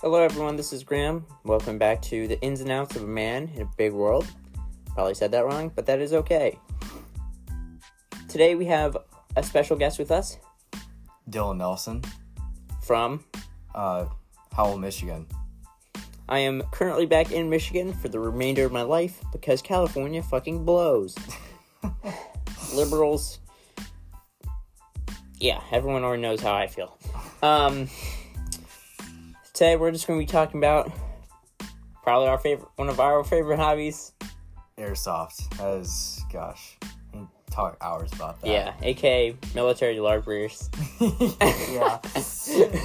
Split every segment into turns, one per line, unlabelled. Hello, everyone. This is Graham. Welcome back to the ins and outs of a man in a big world. Probably said that wrong, but that is okay. Today we have a special guest with us
Dylan Nelson,
from.
uh, Howell, Michigan.
I am currently back in Michigan for the remainder of my life because California fucking blows. Liberals. Yeah, everyone already knows how I feel. Um, today we're just going to be talking about probably our favorite, one of our favorite hobbies,
Airsoft. That is, gosh, we can talk hours about that.
Yeah, aka military larpers.
yeah.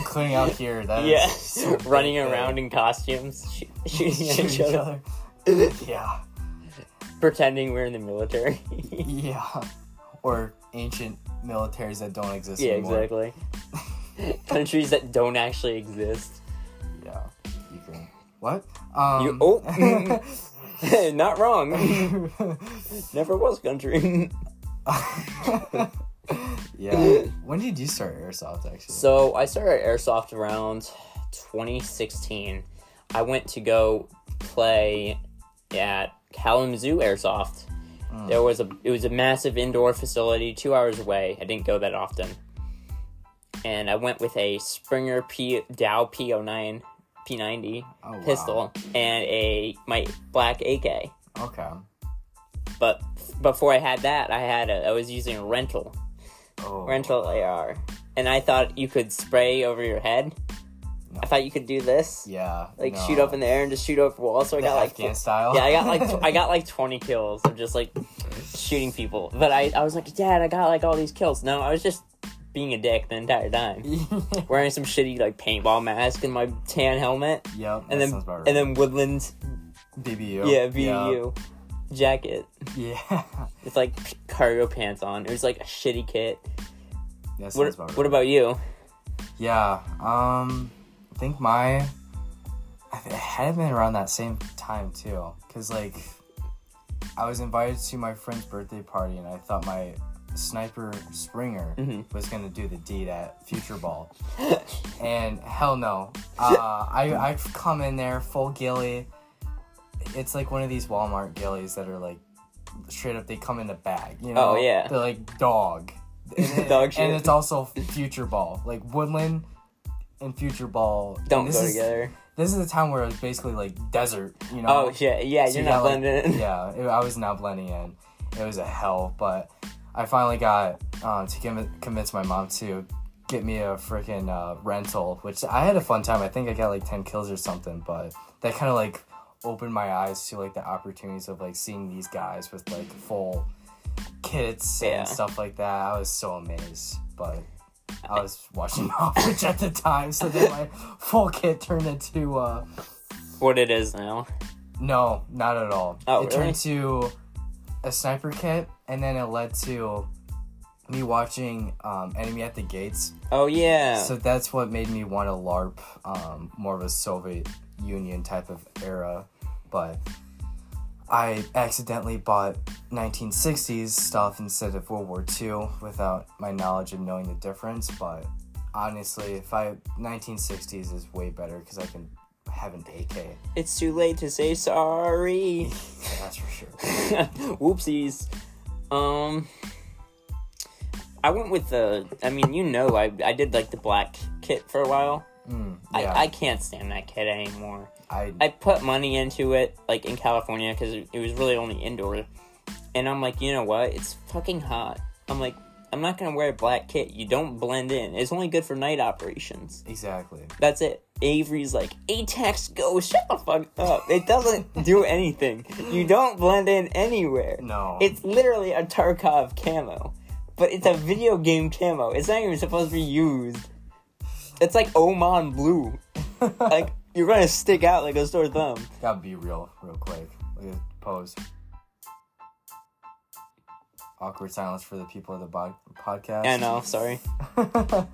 Cleaning out here. That is
yeah,
so big
running
thing.
around in costumes, sh- shooting at
Shoot
each other,
yeah.
pretending we're in the military.
Yeah. Or ancient militaries that don't exist
yeah,
anymore.
exactly. Countries that don't actually exist.
Yeah. Ukraine. What? Um,
You- oh. Not wrong. Never was country.
yeah. When did you start airsoft, actually?
so I started airsoft around 2016. I went to go play at Kalamazoo Airsoft.
Mm.
There was a it was a massive indoor facility two hours away. I didn't go that often. And I went with a Springer P oh Dow P09 P90
Oh, wow.
pistol and a my black AK.
Okay.
But before I had that, I had a, I was using a rental
Oh.
rental AR, and I thought you could spray over your head.
No.
I thought you could do this,
Yeah.
like shoot up in the air and just shoot over walls. So I
the
got like
Afghan style.
yeah, I got like tw- I got like twenty kills of just like shooting people. But I, I was like, Dad, I got like all these kills. No, I was just being a dick the entire time,
yep.
wearing some shitty like paintball mask and my tan helmet,
that
and then
sounds about right.
and then Woodland
BBU.
yeah VU jacket
Yeah.
with like cargo pants on. It was like a shitty kit.
That sounds
What
about right.
what about you?
Yeah. Um, I think my. I th- it had been around that same time too, cause like, I was invited to my friend's birthday party, and I thought my sniper Springer
Mhm.
was gonna do the deed at Future Ball, and hell no. Uh, I I come in there full gilly. It's like one of these Walmart gillies that are like straight up. They come in a bag, you know.
Oh, yeah.
They're like dog. And-
Dog shit.
And it's also Future Ball, like Woodland and Future Ball.
Don't
And
go
is,
together.
This is a time where it's basically like desert, you know.
Oh shit! Yeah,
Um, So
you're
you
not
got, like-
blending. it.
Yeah, it- I was not blending in. It was a hell, but I finally got uh, to com- convince my mom to get me a freaking uh, rental, which I had a fun time. I think I got like 10 kills or something, but that kind of like opened my eyes to like the opportunities of like seeing these guys with like full kits
Yeah.
and stuff like that. I was so amazed, but. I was watching Norwich at the time, so then my full kit turned into uh,
What it is now?
no, not at all.
Oh,
it
really?
turned to a sniper kit, and then it led to me watching um, Enemy at the Gates.
Oh yeah.
So that's what made me want to LARP, um, more of a Soviet Union type of era. But I accidentally bought 1960s stuff instead of World War II without my knowledge of knowing the difference. But honestly, if I 1960s is way better because I can have an AK.
it's too late to say sorry.
That's for sure.
Whoopsies. Um, I went with the. I mean, you know, I I did like the black kit for a while.
Mm,
I, I can't stand that kit anymore.
I,
I put money into it, like in California, because it, it was really only indoor. And I'm like, you know what? It's fucking hot. I'm like, I'm not gonna wear a black kit. You don't blend in. It's only good for night operations.
exactly.
That's it. Avery's like, Atex, go shut the fuck up. It doesn't do anything. You don't blend in anywhere.
No.
It's literally a Tarkov camo, but it's a video game camo. It's not even supposed to be used. It's like Oman blue. Like you're gonna stick out like a sore thumb.
gotta be real, real quick. Look at pose. Awkward silence for the people of the bod- podcast.
I know. Sorry.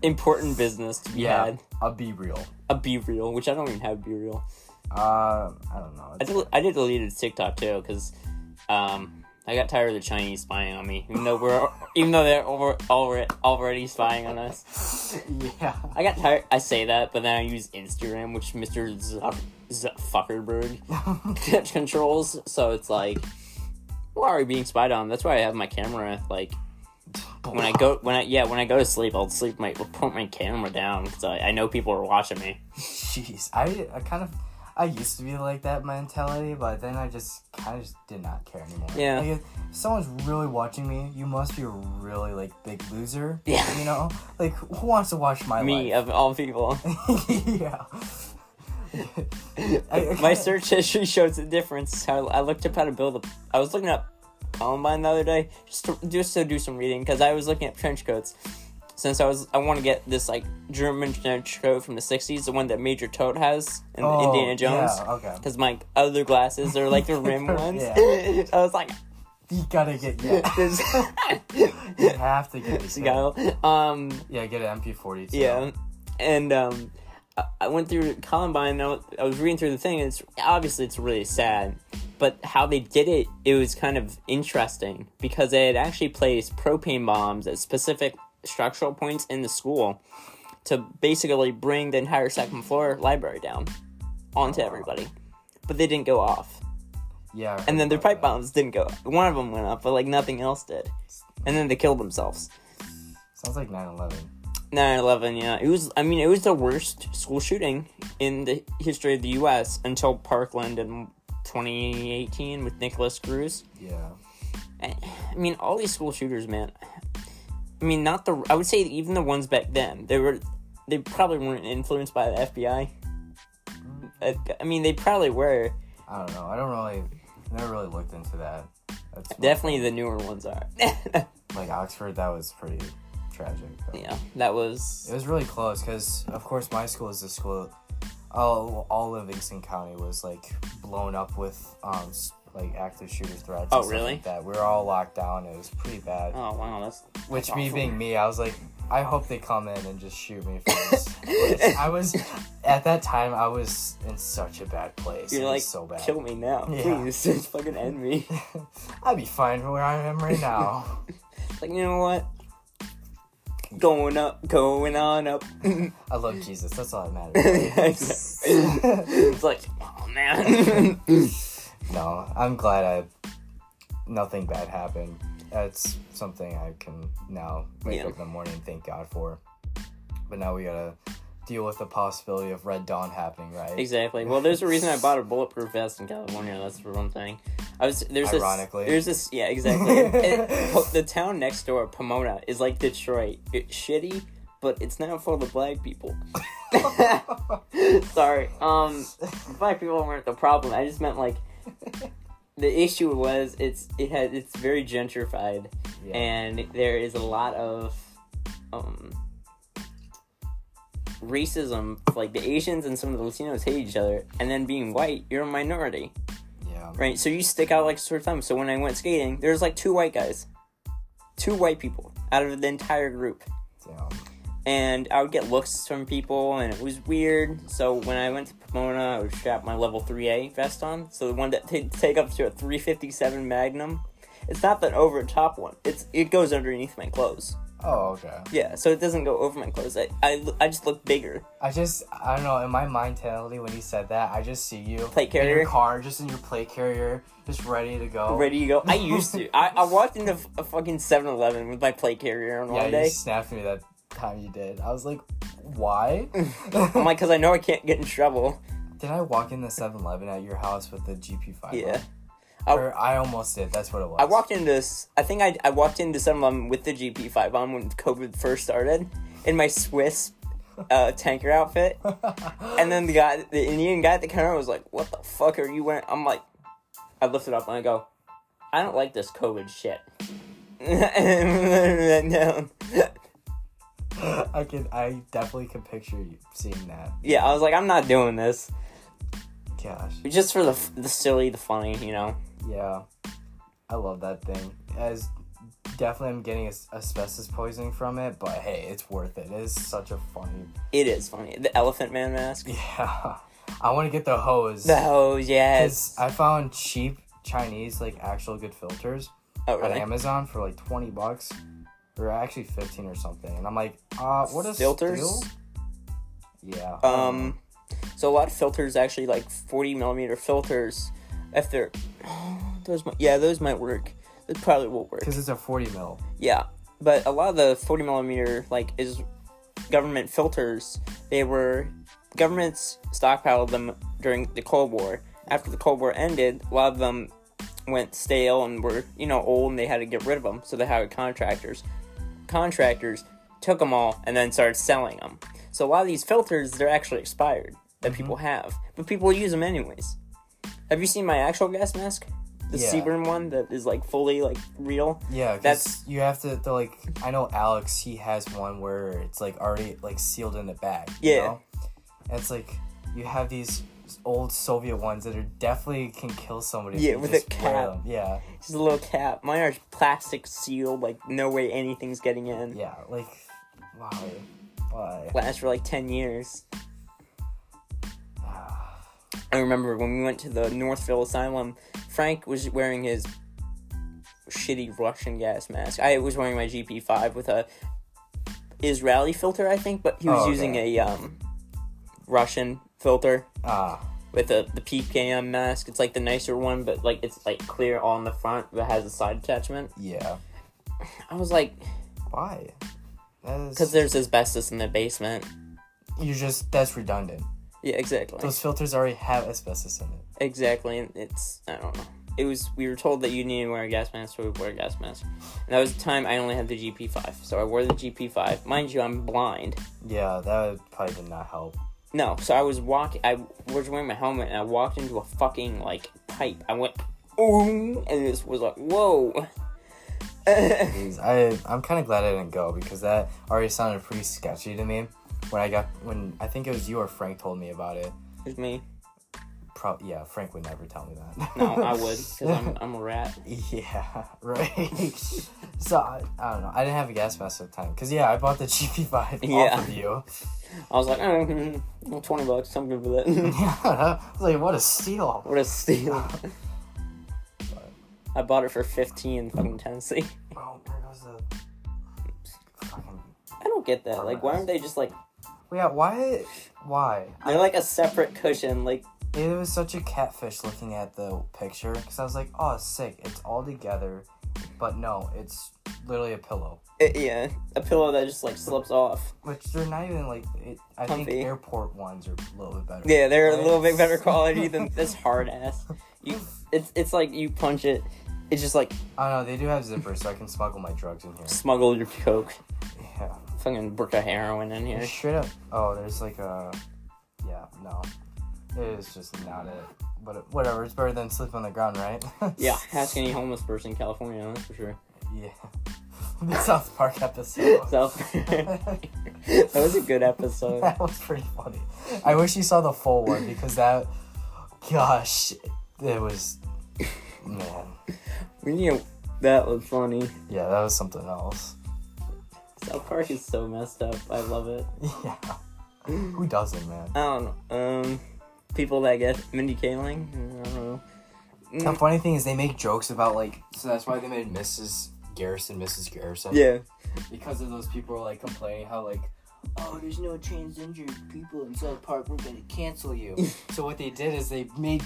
Important business to be
yeah,
had.
I'll be real.
A B reel, which I don't even have B reel.
Uh, I don't know.
I, del- I did deleted TikTok too because um, I got tired of the Chinese spying on me, even though we're even though they're over, already already spying on us.
yeah.
I got tired. I say that, but then I use Instagram, which Mr. Zuck, Zuck Fuckerberg controls. So it's like, why are we being spied on? That's why I have my camera. Like when I go, when I yeah, when I go to sleep, I'll sleep my I'll put my camera down because I, I know people are watching me.
Jeez, I, I kind of, I used to be like that mentality, but then I just kind of just did not care anymore.
Yeah.
Like, if someone's really watching me, you must be a really, like, big loser.
Yeah.
You know? Like, who wants to watch my
Me
life?
of all people,
yeah. I- I
my
kinda-
search history shows the difference. I, I looked up how to build a. I was looking up Columbine the other day just to, just to do some reading because I was looking at trench coats. Since I was, I want to get this like German trench coat from the '60s, the one that Major Toad has in
Oh,
Indiana Jones.
Yeah, okay.
Because my other glasses are like the rim
Yeah.
ones. I was like,
You gotta get, yeah.
this
you have to get this.
go. Um,
Yeah, get an MP40. too.
yeah, and um, I, I went through Columbine. And I, was, I was reading through the thing. And it's obviously it's really sad, but how they did it, it was kind of interesting because they had actually placed propane bombs at specific structural points in the school to basically bring the entire second floor library down onto everybody, but they didn't go off.
Yeah. I
and then
heard
their
about
pipe
that.
bombs didn't go. One of them went up, but like nothing else did. And then they killed themselves.
Sounds like 9 11.
9/11, yeah, it was. I mean, it was the worst school shooting in the history of the U.S. until Parkland in 2018 with Nicholas Cruz.
Yeah.
I I mean, all these school shooters, man. I mean, not the. I would say even the ones back then, they were, they probably weren't influenced by the FBI. I, I mean, they probably were.
I don't know. I don't really, I never really looked into that. That's
Definitely, the newer ones are.
like Oxford. That was pretty tragic. though.
yeah, that was.
It was really close because, of course, my school is the school. All, all Livingston County was like blown up with um s- like active shooter threats. and
Oh,
stuff
really?
Like that we were all locked down. It was pretty bad.
Oh wow, that's
Which
that's
me
awful.
being me, I was like, I hope they come in and just shoot me first. Which I was at that time. I was in such a bad place.
You're
It was
like,
so bad.
kill me now,
Yeah.
please. Just fucking end me.
I'd be fine where I am right now.
like, you know what? Going up, going on up.
I love Jesus. That's all that matters.
it's like, oh man.
no, I'm glad I nothing bad happened. That's something I can now wake
Yeah.
up in the morning and thank God for. But now we gotta deal with the possibility of Red Dawn happening, right?
exactly. Well, there's a reason I bought a bulletproof vest in California. That's for one thing. I was there's this
Ironically.
there's this yeah exactly. It- po- the town next door, Pomona, is like Detroit. It's shitty, but it's not for the black people. Sorry. Um, black people weren't the problem. I just meant like the issue was it's it had it's very gentrified
Yeah.
and there is a lot of um racism like the asians and some of the latinos hate each other and then being white you're a minority
yeah.
right so you stick out like a sore thumb so when i went skating there's like two white guys two white people out of the entire group
Damn.
and I would get looks from people, and it was weird. So when I went to Pomona, I would strap my level 3A vest on, so the one that t- take up to a 357 Magnum. It's not that over the top one. It's it goes underneath my clothes.
Oh, okay.
Yeah, so it doesn't go over my clothes. I, I, l- I just look bigger.
I just, I don't know, in my mentality when he said that, I just see you
Plate
in
carrier?
your car, just in your plate carrier, just ready to go.
Ready to go. I used to. I, I walked into f- a fucking 7-Eleven with my plate carrier on
Yeah,
one
you
day.
snapped me that time you did. I was like, why?
I'm like, because I know I can't get in trouble.
Did I walk in the 7 Eleven at your house with the GP5?
Yeah. I-
Or I almost did. That's what it was.
I walked into this. I think I, I walked into some of them with the GP5 on when COVID first started in my Swiss uh, tanker outfit, and then the guy, the Indian guy at the counter was like, "What the fuck are you wearing?" I'm like, I lift it up and I go, "I don't like this COVID shit." and then,
I can. I definitely could picture you seeing that.
yeah, I was like, "I'm not doing this."
Gosh.
Just for the f- the silly, the funny, you know.
Yeah. I love that thing. As definitely, I'm getting as- asbestos poisoning from it, but hey, it's worth it. It is such a funny.
It is funny. The Elephant Man mask.
Yeah. I want to get the hose.
The hose, yes.
Because I found cheap Chinese, like actual good filters.
Oh,
on
really?
Amazon for like 20 bucks or actually 15 or something. And I'm like, uh, what is
Filters?
Still? Yeah.
Um, so a lot of filters actually like 40 millimeter filters. If they're those, might, yeah, those might work. It probably will work.
because it's a 40 mil.
Yeah, but a lot of the 40 millimeter like is government filters. They were governments stockpiled them during the Cold War. After the Cold War ended, a lot of them went stale and were you know old, and they had to get rid of them. So they hired contractors. Contractors took them all and then started selling them. So a lot of these filters they're actually expired that people have, but people use them anyways. Have you seen my actual gas mask? The
Yeah.
Seaburn one that is like fully like real.
Yeah, that's
That's-
you have to. They're like, I know Alex. He has one where it's like already like sealed in the back. You
Yeah.
know? And it's like you have these old Soviet ones that are definitely can kill somebody. if
Yeah,
you
with
just
a
wear
cap.
them. Yeah,
Just a little cap. Mine are plastic sealed, like no way anything's getting in.
yeah. Like, why, why?
Last for like ten years. I remember when we went to the Northville Asylum, Frank was wearing his shitty Russian gas mask. I was wearing my GP5 with a Israeli filter, I think, but he was
Oh, okay.
using a um, Russian filter
Ah,
with a, the PKM mask. It's like the nicer one, but like it's like clear on the front, but has a side attachment.
yeah.
I was like,
Why? That is
Because there's asbestos in the basement.
you just that's redundant.
Yeah, exactly.
Those filters already have asbestos in it.
Exactly, and it's I don't know. It was we were told that you needed to wear a gas mask, so we wore a gas mask. And that was the time I only had the GP five, so I wore the GP five. Mind you, I'm blind.
Yeah, that would probably did not help.
No, so I was walking. I was wearing my helmet, and I walked into a fucking like pipe. I went, ooh, and this was like, whoa.
Jeez, I I'm kind of glad I didn't go because that already sounded pretty sketchy to me. When I got when I think it was you or Frank told me about it.
There's me.
Pro- yeah, Frank would never tell me that.
No, I would, because I'm I'm a rat.
yeah, right. so I, I don't know. I didn't have a gas mask at the time because yeah, I bought the GP5
Yeah.
off of you.
I was like, oh, mm, well, twenty bucks, I'm good for that.
Yeah, I was like what a steal.
what a steal. I bought it for fifteen fucking Tennessee.
Oh, there goes the fucking.
I don't get that. Like, why aren't they just like
Yeah, why? Why?
they're like a separate cushion? Like,
It was such a catfish looking at the picture because I was like, oh, sick, it's all together, but no, it's literally a pillow.
it, eh, yeah, a pillow that just like slips off.
Which they're not even like, it, I
Comfy.
think airport ones are a little bit better.
Yeah, they're a
Right?
little bit better quality than this hard ass. You, it's it's like you punch it. It's just like
I don't know, they do have zippers, so I can smuggle my drugs in here.
smuggle your coke,
Yeah.
fucking brick of heroin in here.
Straight up. Oh, there's like a. Yeah, no. It is just not it. But it- whatever, it's better than sleeping on the ground, right?
Yeah, ask any homeless person in California, that's for sure.
yeah. The South Park episode.
So that was a good episode.
that was pretty funny. I wish you saw the full one because that, gosh, it was, man,
We knew that was funny.
yeah, that was something else.
South Park is so messed up. I love it.
Yeah, who doesn't, man?
I don't know. Um, people that get Mindy Kaling. I don't know.
The funny thing is they make jokes about like, so that's why they made Mrs. Garrison, Mrs. Garrison.
Yeah.
because of those people were like complaining how like. Oh, there's no transgender people in South Park. We're gonna cancel you. so what they did is they made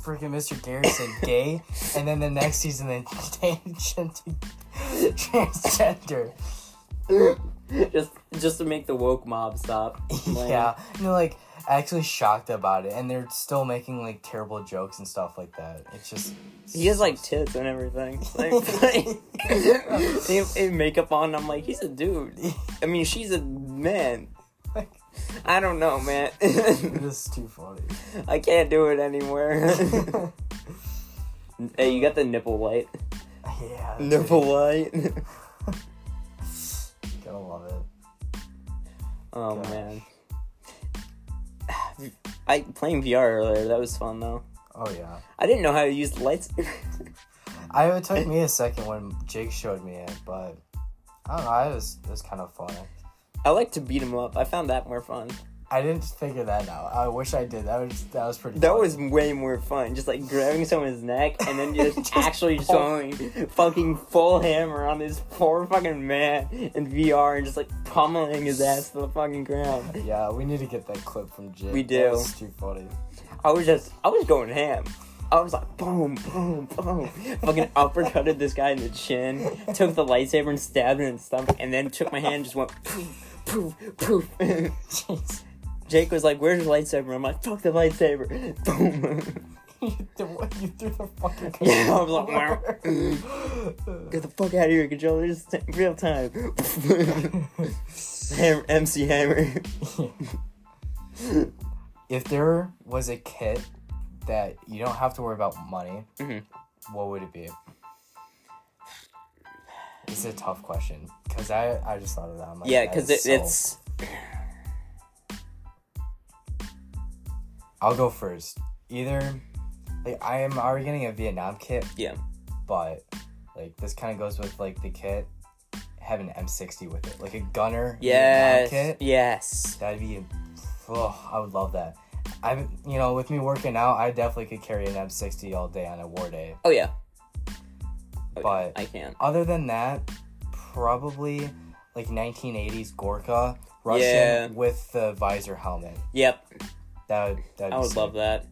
freaking Mr. Garrison gay, and then the next season they changed him to transgender.
just just to make the woke mob stop. Like,
Yeah, and they're like actually shocked about it, and they're still making like terrible jokes and stuff like that. It's just
He has like tits and everything. Like, like they have- they have makeup on. I'm like, he's a dude. I mean, she's a man.
like
I don't know, man.
it is too funny.
I can't do it anymore. hey, you got the nipple light.
yeah,
light.
dude, gotta love it.
oh
Gosh.
man. I playing VR earlier. That was fun though.
Oh yeah,
I didn't know how to use the lights.
I Mm. it took me a second when Jake showed me it, but I don't know. I was it was kind of fun.
I like to beat 'em up. I found that more fun.
I didn't figure that out. I wish I did. That was that was pretty.
That
funny.
was way more fun. Just like grabbing someone's neck and then just,
Just
actually just going fucking full hammer on this poor fucking man in VR and just like pummeling his ass to the fucking ground.
Yeah, we need to get that clip from Jake.
We
That
do.
was too funny.
I was just, I was going ham. I was like, boom, boom, boom. Fucking uppercutted this guy in the chin, took the lightsaber and stabbed him in the stomach, and then took my hand and just went poof, poof, poof.
Jeez.
Jake was like, where's your lightsaber? I'm like, fuck the lightsaber. Boom.
you threw you threw the fucking
Yeah, I was like,
controller.
Get the fuck out of here, controller. This is t- real time. Ham- MC Hammer.
if there was a kit that you don't have to worry about money,
Mhm.
what would it be? This is a tough question because I, I just thought of that. I'm like,
yeah,
that
because
is
it,
so-
it's.
I'll go first. Either like I am already getting a Vietnam kit,
Yeah.
but like this kind of goes with like the kit have an M60 with it, like a gunner
Yes.
Vietnam kit.
Yes.
That'd be, oh, I would love that. I, you know, with me working out, I definitely could carry an M60 all day on a war day.
Oh, yeah. Oh, yeah,
But-
I can.
Other than that, probably like 1980s Gorka Russian
Yeah.
with the visor helmet.
Yep.
That would, that'd
I
be
would
sick.
love that.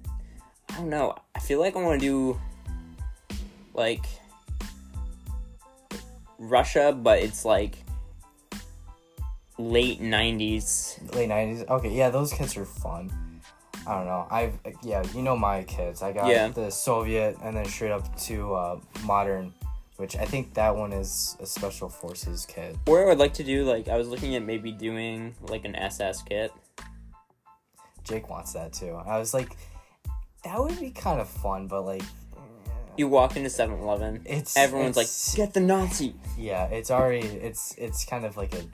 I don't know. I feel like I want to do like Russia, but it's like late '90s.
late nineties. Okay, yeah, those kits are fun. I don't know. I've yeah, you know my kits. I got
Yeah.
the Soviet and then straight up to uh, modern, which I think that one is a special forces kit.
Or I would like to do like I was looking at maybe doing like an SS kit.
Jake wants that too. I was like, that would be kind of fun, but like,
You walk into 7-Eleven,
It's-
everyone's
it's-
like, "Get the Nazi."
yeah, it's already it's it's kind of like a.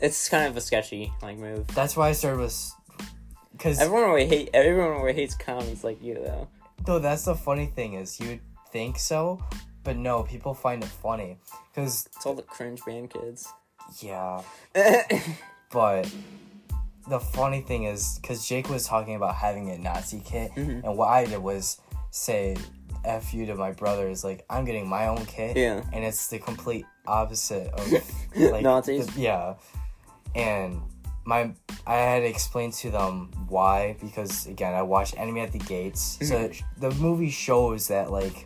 It's kind of a sketchy like move.
That's why I started with, because
Everyone always hate everyone always hates comics like you though.
No, that's the funny thing is you'd think so, but no, people find it funny. Cause
It's all the cringe band kids.
yeah, but the funny thing is because Jake was talking about having a Nazi kit,
Mhm.
and what I did was say "f you" to my brother. Is like I'm getting my own kit,
Yeah.
and it's the complete opposite of like
Nazis?
the- yeah, and my I had to explain to them why because again I watched Enemy at the Gates,
Mm-hmm.
so it- the movie shows that like.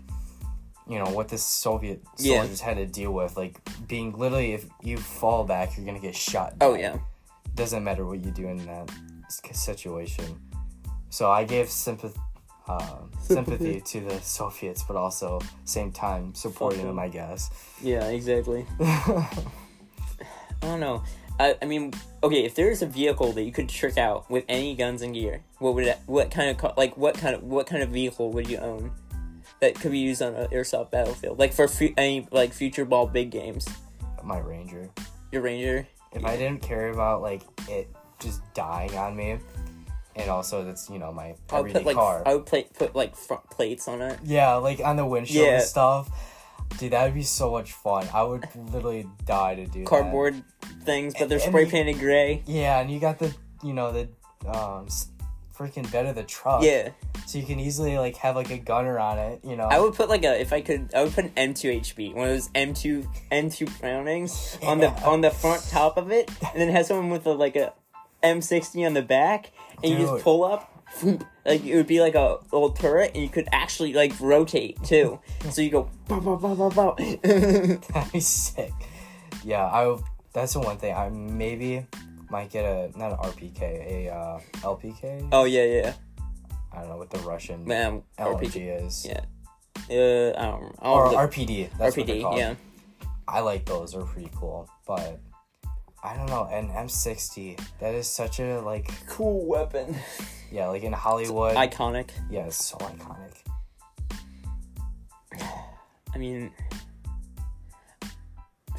You know what the Soviet
Yeah.
soldiers had to deal with, like being literally if you fall back, you're gonna get shot.
Oh
down
yeah.
doesn't matter what you do in that s- situation. So I gave sympath- uh, sympathy to the Soviets, but also same time supporting
Fuck
them,
them.
I guess.
Yeah, exactly. I don't know. I, I mean, okay, if there was a vehicle that you could trick out with any guns and gear, what would it, what kind of car, like what kind of what kind of vehicle would you own that could be used on an airsoft battlefield, like for fu- any like future ball big games?
My ranger.
Your Ranger.
If I didn't care about like it just dying on me, and also that's you know my
I would
everyday
put like
car.
I would play, put like front plates on it.
yeah, like on the windshield and
Yeah.
stuff. Dude, that would be so much fun. I would literally die to do that.
Cardboard things, but they're
And- and
spray
the-
painted gray.
Yeah, and you got the you know the um, s- freaking bed of the truck.
Yeah,
so you can easily like have like a gunner on it you know
I would put like a if I could I would put an M2HB one of those M2 M2 Brownings on the
Yeah.
on the front top of it, and then have someone with a, like a M60 on the back, and you
Dude.
just pull up. phoom, Like it would be like a little turret, and you could actually like rotate too. so you go bow bow bow bow bow.
that'd be sick yeah i w- that's the one thing i maybe might get a not an rpk a uh lpk
oh yeah yeah,
i don't know what the russian
man.
Oh,
RPG.
lpg is
Yeah. Uh, I don't. I
or
don't know.
rpd that's what they're
RPD.
called.
Yeah.
i like those they're pretty cool but i don't know an m60 that is such a like
Cool weapon.
yeah like in hollywood
Iconic.
yeah it's so iconic
I mean, I'm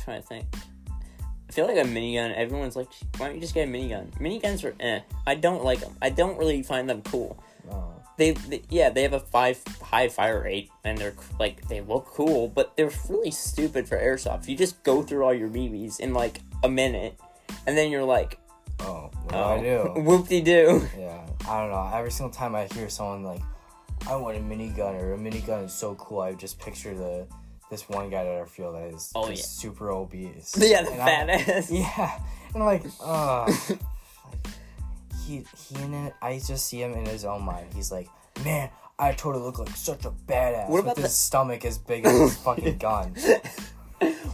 trying to think. I feel like a minigun. Everyone's like, why don't you just get a minigun? Miniguns are eh. I don't like them. I don't really find them cool.
Uh,
They, they yeah, they have a five high fire rate, and they're c- like they look cool, but they're really stupid for airsoft. You just go through all your BBs in like a minute, and then you're like,
oh, what do I do?
Whoop de doo.
Yeah, I don't know. Every single time I hear someone like, I want a minigun or a minigun is so cool, I just picture the this one guy at our field that is
Oh,
just
yeah.
super obese.
Yeah, the
And I'm-
fat ass.
Yeah, and I'm like, uh, he he in it. I just see him in his own mind. He's like, man, I totally look like such a badass.
What about
with
the-
his stomach as big as his fucking gun?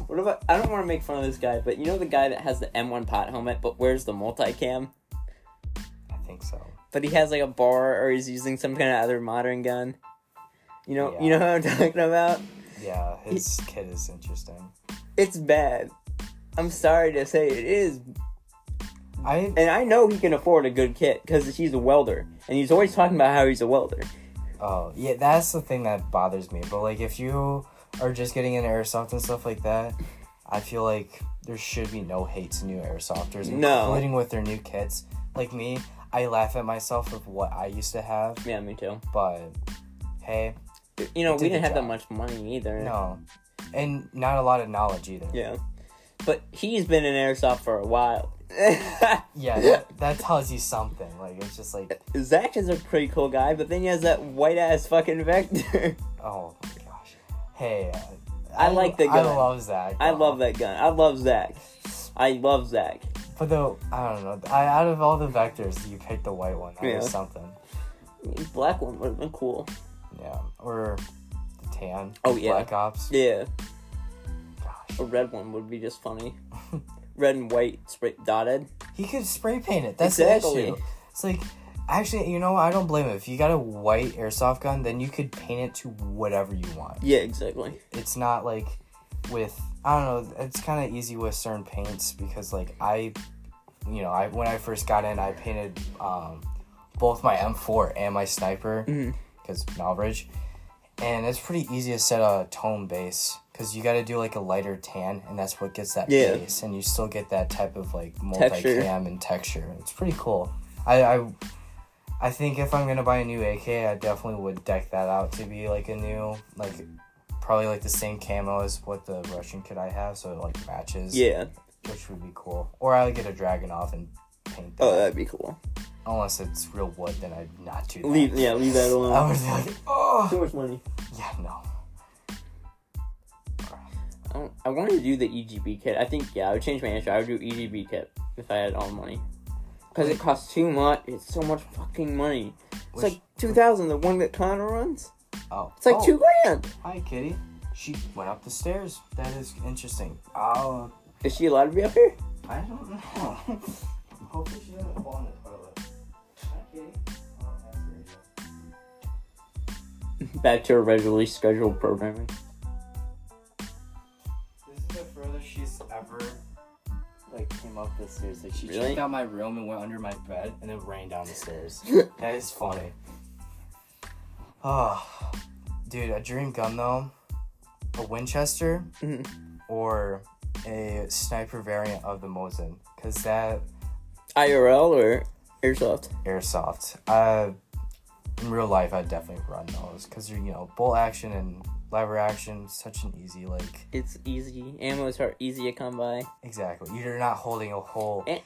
What about? I don't want to make fun of this guy, but you know the guy that has the M1 pot helmet, but wears the multicam.
I think so.
But he has like a bar, or he's using some kind of other modern gun. You know, you
Yeah.
know what I'm talking about.
Yeah, his kid is interesting.
It's bad. I'm sorry to say it is,
I
and I know he can afford a good kit because he's a welder, and he's always talking about how he's a welder.
oh yeah, that's the thing that bothers me. But like, if you are just getting into airsoft and stuff like that, I feel like there should be no hate to new airsofters,
No.
including with their new kits. Like me, I laugh at myself with what I used to have.
Yeah, me too.
but hey,
You know,
Did
we
the
didn't have that
job.
much money either.
no, and not a lot of knowledge either.
Yeah. But he's been in airsoft for a while.
yeah, that, that tells you something. Like it's just like,
Zach is a pretty cool guy, but then he has that white ass fucking vector.
oh my gosh, hey, uh,
I like the
I
gun.
love Zach.
I love that gun. I love Zach. I love Zach.
But though I don't know, I, out of all the vectors, you picked the white one
Yeah.
or something.
Black one would have been cool.
Yeah, or the tan.
Oh, yeah.
Black Ops.
Yeah.
Gosh,
A red one would be just funny. red and white spray dotted.
he could spray paint it. That's
Exactly.
the issue. It's like. Actually, you know, what? I don't blame him. If you got a white airsoft gun, then you could paint it to whatever you want.
Yeah, exactly.
it's not like with I don't know. It's kind of easy with certain paints because like I, you know, I when I first got in, I painted um, both my M4 and my sniper
Mm.
because Malbridge, and it's pretty easy to set a tone base because you got to do like a lighter tan, and that's what gets that
Yeah.
base, and you still get that type of like multi
Texture.
cam and texture. It's pretty cool. I. I I think if I'm gonna buy a new AK, I definitely would deck that out to be like a new, like probably like the same camo as what the Russian kid I have, so it like matches.
Yeah.
Which would be cool. Or I would get a dragon off and paint that.
Oh, that'd be cool.
Unless it's real wood, then I'd not do that.
Leave. Yeah, leave that alone.
I would be like,
Too
oh
much money.
yeah, no.
I, don't- I wanted to do the EGB kit. I think yeah, I would change my answer. I would do EGB kit if I had all the money, because it costs too much. It's so much fucking money. It's
Which-
like two thousand. The one that Connor runs.
Oh,
It's like
oh,
two grand.
Hi, kitty. She went up the stairs. That is interesting. Oh,
Is she allowed to be up here?
I don't know. Hopefully she doesn't fall in the toilet. Hi, kitty. Oh, that's great.
Back to her regularly scheduled programming.
This is the furthest she's ever like came up the stairs. Like she
Really?
checked out my room and went under my bed and then ran down the stairs. that is funny. Oh, dude, a dream gun though, a Winchester
Mhm.
or a sniper variant of the Mosin, cause that
IRL or airsoft?
airsoft. Uh, in real life, I definitely run those, cause they're you know bolt action and lever action, such an easy like.
It's easy. Ammos are easy to come by.
Exactly. You're not holding a whole
Eh.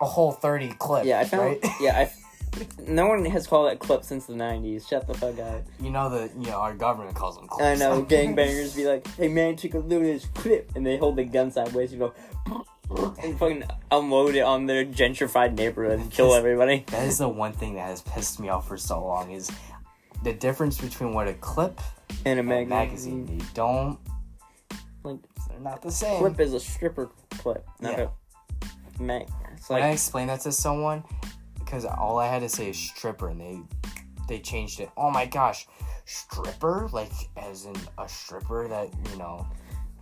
a whole thirty clip.
Yeah, I found.
right?
Yeah, I. No one has called that clip since the '90s. Shut the fuck up.
you know the you know our government calls them
I
clips.
know gangbangers be like, "Hey man, take a look at this clip," and they hold the gun sideways and go, and fucking unload it on their gentrified neighborhood and kill everybody.
that is the one thing that has pissed me off for so long is the difference between what a clip
In a
and a
magazine,
magazine. They don't
Like,
they're not the same.
clip is a stripper clip, not
Yeah.
a mag. It's
when I
like,
explained that to someone, because all I had to say is stripper, and they they changed it. Oh my gosh, stripper? Like as in a stripper that you know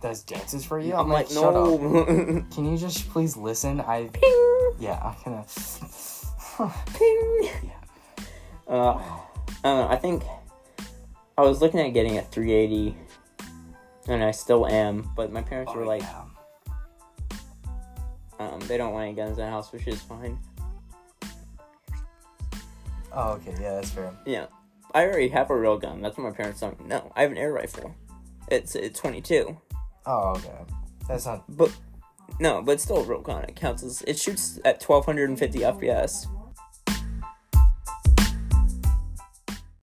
does dances for you?
I'm like,
shut up.
no.
Can you just please listen? I
Ping,
yeah, I'm gonna.
ping. Uh, I don't know. I think I was looking at getting a 380, and I still am, but my parents were like,
Yeah.
um, they don't want any guns in the house, which is fine.
Oh okay, yeah, that's fair.
Yeah, I already have a real gun. That's what my parents told me. No, I have an air rifle. It's a 22.
Oh okay, that's not.
But No, but still, Rokon it counts as it shoots at 1250 FPS.